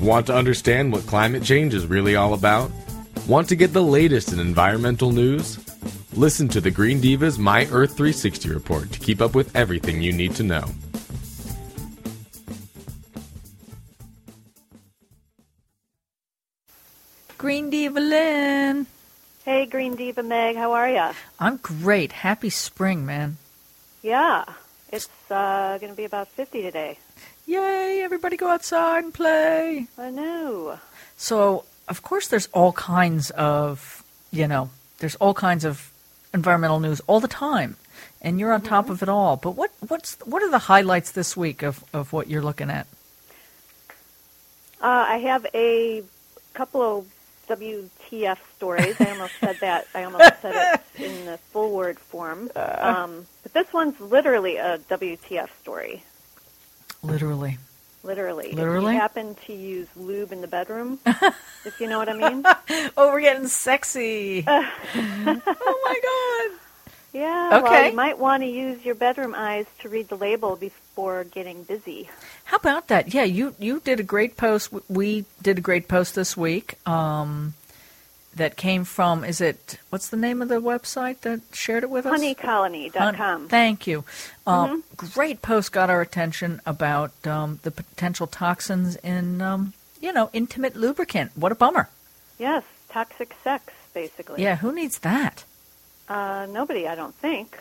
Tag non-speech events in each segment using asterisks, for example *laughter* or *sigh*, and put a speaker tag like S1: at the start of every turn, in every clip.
S1: Want to understand what climate change is really all about? Want to get the latest in environmental news? Listen to the Green Divas My Earth 360 report to keep up with everything you need to know.
S2: Green Diva Lynn.
S3: Hey, Green Diva Meg, how are ya?
S2: I'm great. Happy spring, man.
S3: Yeah, it's uh, going to be about 50 today.
S2: Yay, everybody go outside and play.
S3: I know.
S2: So, of course, there's all kinds of, you know, there's all kinds of environmental news all the time. And you're on top of it all. But what, what's, what are the highlights this week of, of what you're looking at?
S3: Uh, I have a couple of WTF stories. I almost said that.
S2: *laughs*
S3: I almost said it in the full word form.
S2: Uh.
S3: Um, but this one's literally a WTF story.
S2: Literally.
S3: Literally. If
S2: Literally?
S3: you happen to use lube in the
S2: *laughs*
S3: bedroom, if you know what I mean.
S2: Oh, we're getting sexy. oh, my God.
S3: Yeah. Well,
S2: Okay.
S3: you might want to use your bedroom eyes to read the label before getting busy.
S2: How about that? Yeah, you you did a great post. W- We did a great post this week. Um, that came from is it what's the name of the website that shared it with us? Hun-
S3: Honeycolony.com.
S2: Thank you. Um, Great post got our attention about um, the potential toxins in um, you know intimate lubricant. What a bummer.
S3: Yes, toxic sex, basically.
S2: Yeah, who needs that?
S3: Uh, nobody, I don't think.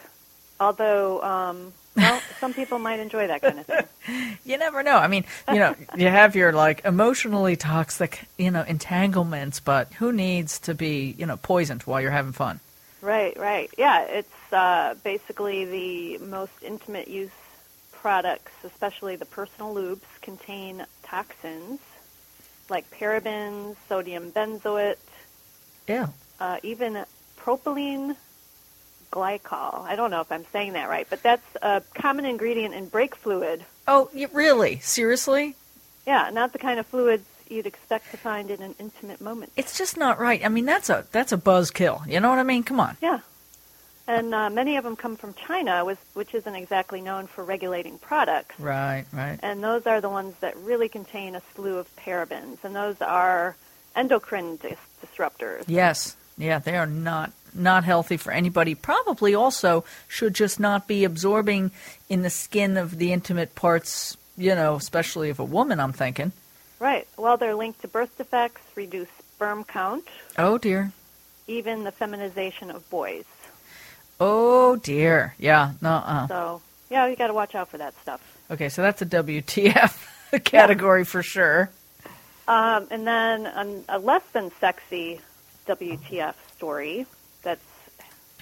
S3: Although, um, well, some people might enjoy that kind of thing.
S2: You never know. I mean, you know, you have your like emotionally toxic you know entanglements, but who needs to be you know poisoned while you're having fun?
S3: Right, right. Yeah, it's uh, basically the most intimate use products, especially the personal lubes, contain toxins like parabens, sodium benzoate,
S2: Yeah.
S3: uh, even propylene glycol. I don't know if I'm saying that right, but that's a common ingredient in brake fluid.
S2: Oh, y really? Seriously?
S3: Yeah, not the kind of fluids you'd expect to find in an intimate moment.
S2: It's just not right. I mean, that's a that's a buzzkill. You know what I mean? Come on.
S3: Yeah. And uh, many of them come from China, which, which isn't exactly known for regulating products.
S2: Right, right.
S3: And those are the ones that really contain a slew of parabens. And those are endocrine dis- disruptors.
S2: Yes. Yeah, they are not not healthy for anybody. Probably also should just not be absorbing in the skin of the intimate parts, you know, especially of a woman, I'm thinking.
S3: Right. Well, they're linked to birth defects, reduced sperm count,
S2: Oh dear.
S3: even the feminization of boys.
S2: Oh dear. Yeah. No. uh
S3: So, yeah, you got to watch out for that stuff.
S2: Okay, so that's a WTF *laughs* category for sure.
S3: Um, and then an, a less than sexy WTF story that's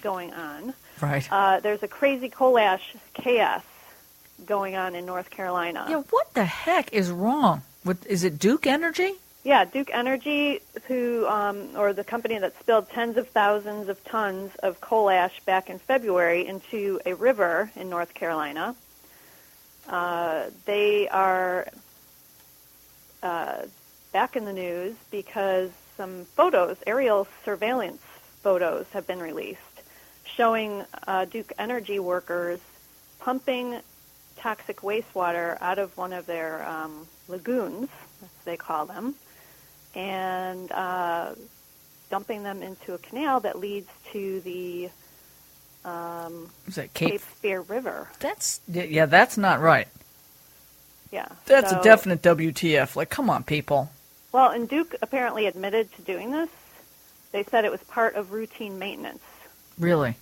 S3: going on.
S2: Right.
S3: Uh, there's a crazy coal ash chaos going on in North Carolina.
S2: yeah, what the heck is wrong with is it Duke Energy?
S3: Yeah, Duke Energy, who um, or the company that spilled tens of thousands of tons of coal ash back in February into a river in North Carolina, uh, they are uh, back in the news because some photos, aerial surveillance photos, have been released showing uh, Duke Energy workers pumping toxic wastewater out of one of their um, lagoons, as they call them, and uh, dumping them into a canal that leads to the um,
S2: Is it
S3: Cape
S2: Cape
S3: Fear River.
S2: That's yeah, yeah, that's not right.
S3: Yeah,
S2: That's
S3: So-
S2: a definite WTF. Like, come on, people.
S3: Well, and Duke apparently admitted to doing this. They said it was part of routine maintenance.
S2: Really.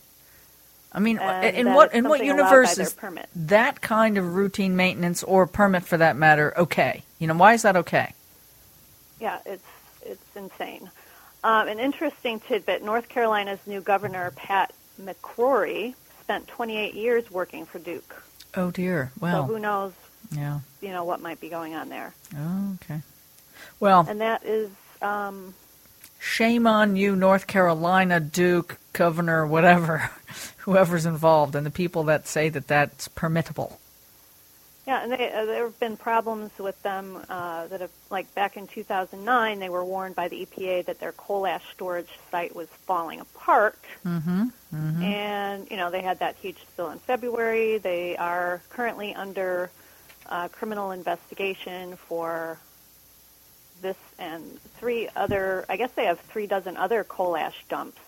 S2: I mean,
S3: And
S2: in
S3: that
S2: what
S3: it's
S2: in what
S3: something allowed by
S2: universe
S3: their
S2: is
S3: permit.
S2: that kind of routine maintenance or permit for that matter okay? You know, why is that okay?
S3: Yeah, it's it's insane. Um, an interesting tidbit: North Carolina's new governor Pat McCrory spent 28 years working for Duke.
S2: Oh dear.
S3: So
S2: Well,
S3: who knows,
S2: yeah.
S3: you know, what might be going on there?
S2: Oh, okay. Well,
S3: And that is, um,
S2: shame on you, North Carolina Duke Governor, whatever, *laughs* whoever's involved, and the people that say that that's permittable.
S3: yeah. And they, uh, there have been problems with them uh, that have, like, back in 2009, they were warned by the EPA that their coal ash storage site was falling apart. Mm-hmm. And you know, they had that huge spill in February. They are currently under uh, criminal investigation for this and three other, I guess they have three dozen other coal ash dumps.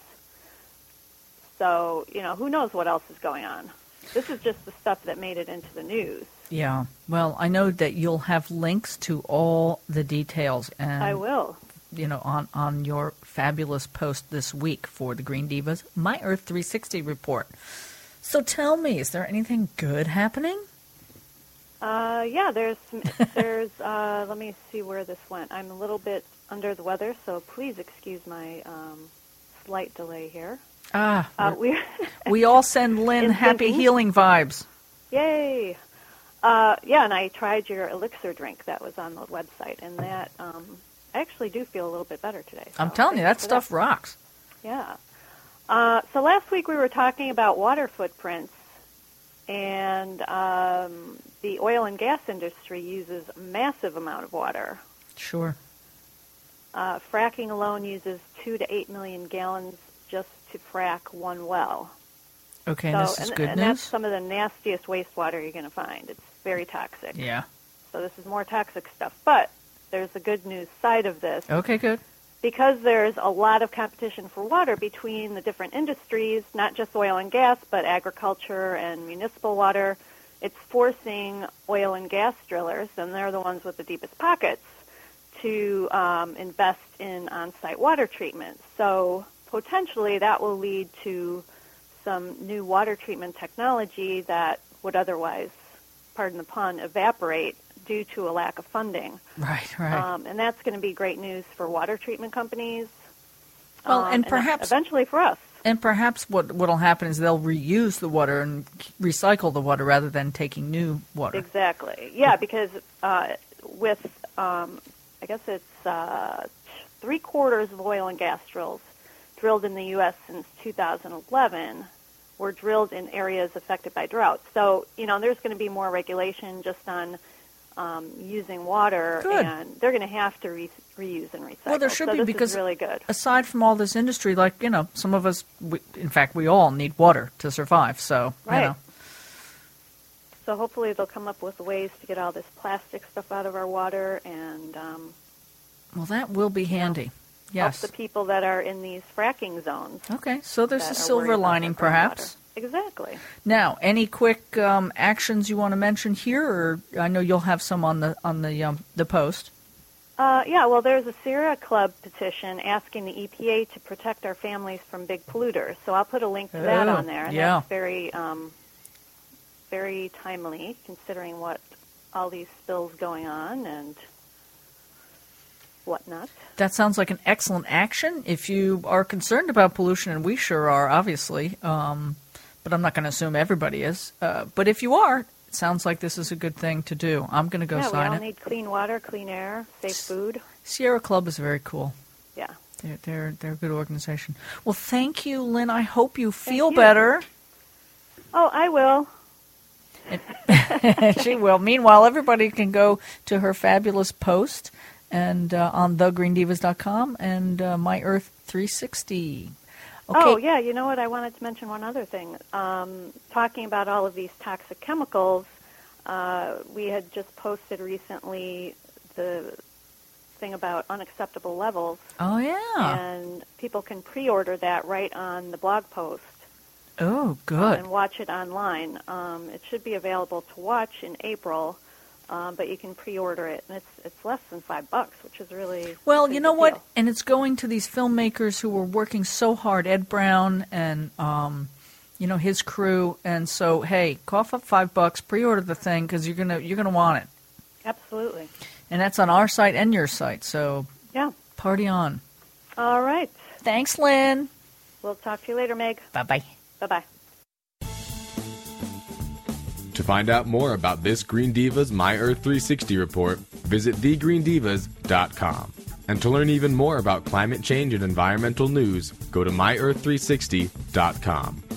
S3: So, you know, who knows what else is going on? This is just the stuff that made it into the news.
S2: Yeah. Well, I know that you'll have links to all the details and
S3: I will.
S2: you know on on your fabulous post this week for the Green Divas My Earth 360 report. So tell me, is there anything good happening?
S3: Uh, yeah, there's
S2: *laughs*
S3: some, there's. Uh, let me see where this went. I'm a little bit under the weather, so please excuse my um, slight delay here.
S2: Ah,
S3: Uh, we *laughs*
S2: we all send Lynn
S3: In
S2: happy
S3: thinking.
S2: healing vibes.
S3: yay. Uh, yeah, and I tried your elixir drink that was on the website, and that um, I actually do feel a little bit better today.
S2: I'm
S3: so
S2: telling you, that
S3: thanks for
S2: stuff rocks.
S3: Yeah. Uh, so last week we were talking about water footprints, and um, the oil and gas industry uses a massive amount of water.
S2: Sure.
S3: Uh, fracking alone uses two to eight million gallons just to frack one well.
S2: Okay,
S3: so,
S2: this is
S3: and,
S2: good
S3: and that's
S2: news.
S3: some of the nastiest wastewater you're going to find. It's very toxic.
S2: Yeah.
S3: So this is more toxic stuff. But there's the good news side of this
S2: Okay, good.
S3: because there's a lot of competition for water between the different industries, not just oil and gas, but agriculture and municipal water, it's forcing oil and gas drillers, and they're the ones with the deepest pockets, to um, invest in on-site water treatment. So potentially that will lead to some new water treatment technology that would otherwise, pardon the pun, evaporate due to a lack of funding.
S2: Right, right.
S3: Um, and that's going to be great news for water treatment companies.
S2: Well,
S3: um,
S2: and perhaps-
S3: eventually for us.
S2: And perhaps what what'll happen is they'll reuse the water and k- recycle the water rather than taking new water.
S3: Exactly. Yeah, because uh, with um, I guess it's uh, three quarters of oil and gas drills drilled in the U.S. since 2011 were drilled in areas affected by drought. So you know, there's going to be more regulation just on. Um, using water,
S2: Good.
S3: and they're going to have to re- reuse and recycle.
S2: Well, there should
S3: so
S2: be
S3: this
S2: because
S3: is really good.
S2: Aside from all this industry, like you know, some of us, we, in fact, we all need water to survive. So you
S3: Right.
S2: know,
S3: So hopefully they'll come up with ways to get all this plastic stuff out of our water and um,
S2: well, that will be handy. Yes.
S3: help the people that are in these fracking zones.
S2: Okay, so there's
S3: that
S2: a
S3: are
S2: silver
S3: worried about
S2: lining,
S3: their groundwater.
S2: perhaps.
S3: Exactly.
S2: Now, any quick um, actions you want to mention here, or I know you'll have some on the on the um, the post.
S3: Uh, yeah, well, there's a Sierra Club petition asking the EPA to protect our families from big polluters. So I'll put a link to that
S2: Oh,
S3: on there. And
S2: yeah.
S3: that's very, um, very timely considering what all these spills going on and whatnot.
S2: That sounds like an excellent action. If you are concerned about pollution, and we sure are, obviously, um, but I'm not going to assume everybody is. Uh, but if you are, it sounds like this is a good thing to do. I'm going to go
S3: yeah, we
S2: sign
S3: all
S2: it.
S3: need clean water, clean air, safe food.
S2: Sierra Club is very cool.
S3: Yeah.
S2: They're, they're, they're a good organization. Well, thank you, Lynn. I hope you feel
S3: you. *laughs*
S2: better.
S3: Oh, I will.
S2: she will. Meanwhile, everybody can go to her fabulous post and uh, on thegreendivas.com and uh, My Earth 360. Okay.
S3: Oh, yeah. You know what? I wanted to mention one other thing. Um, talking about all of these toxic chemicals, uh, we had just posted recently the thing about unacceptable levels,
S2: Oh, yeah.
S3: and people can pre-order that right on the blog post
S2: Oh,
S3: and
S2: good.
S3: watch it online. Um, it should be available to watch in April. Um, but you can pre-order it, and it's it's less than five bucks, which is really
S2: Well,
S3: a
S2: you
S3: good
S2: know what?
S3: deal.
S2: And it's going to these filmmakers who were working so hard, Ed Brown and um, you know his crew. And so, hey, cough up five bucks, pre-order the thing because you're gonna you're gonna want it.
S3: Absolutely,
S2: And that's on our site and your site. So
S3: yeah.
S2: party on.
S3: All right,
S2: Thanks, Lynn.
S3: we'll talk to you later, Meg.
S2: Bye bye.
S3: Bye bye.
S1: To find out more about this Green Divas My Earth 360 report, visit thegreendivas.com. And to learn even more about climate change and environmental news, go to myearth360.com.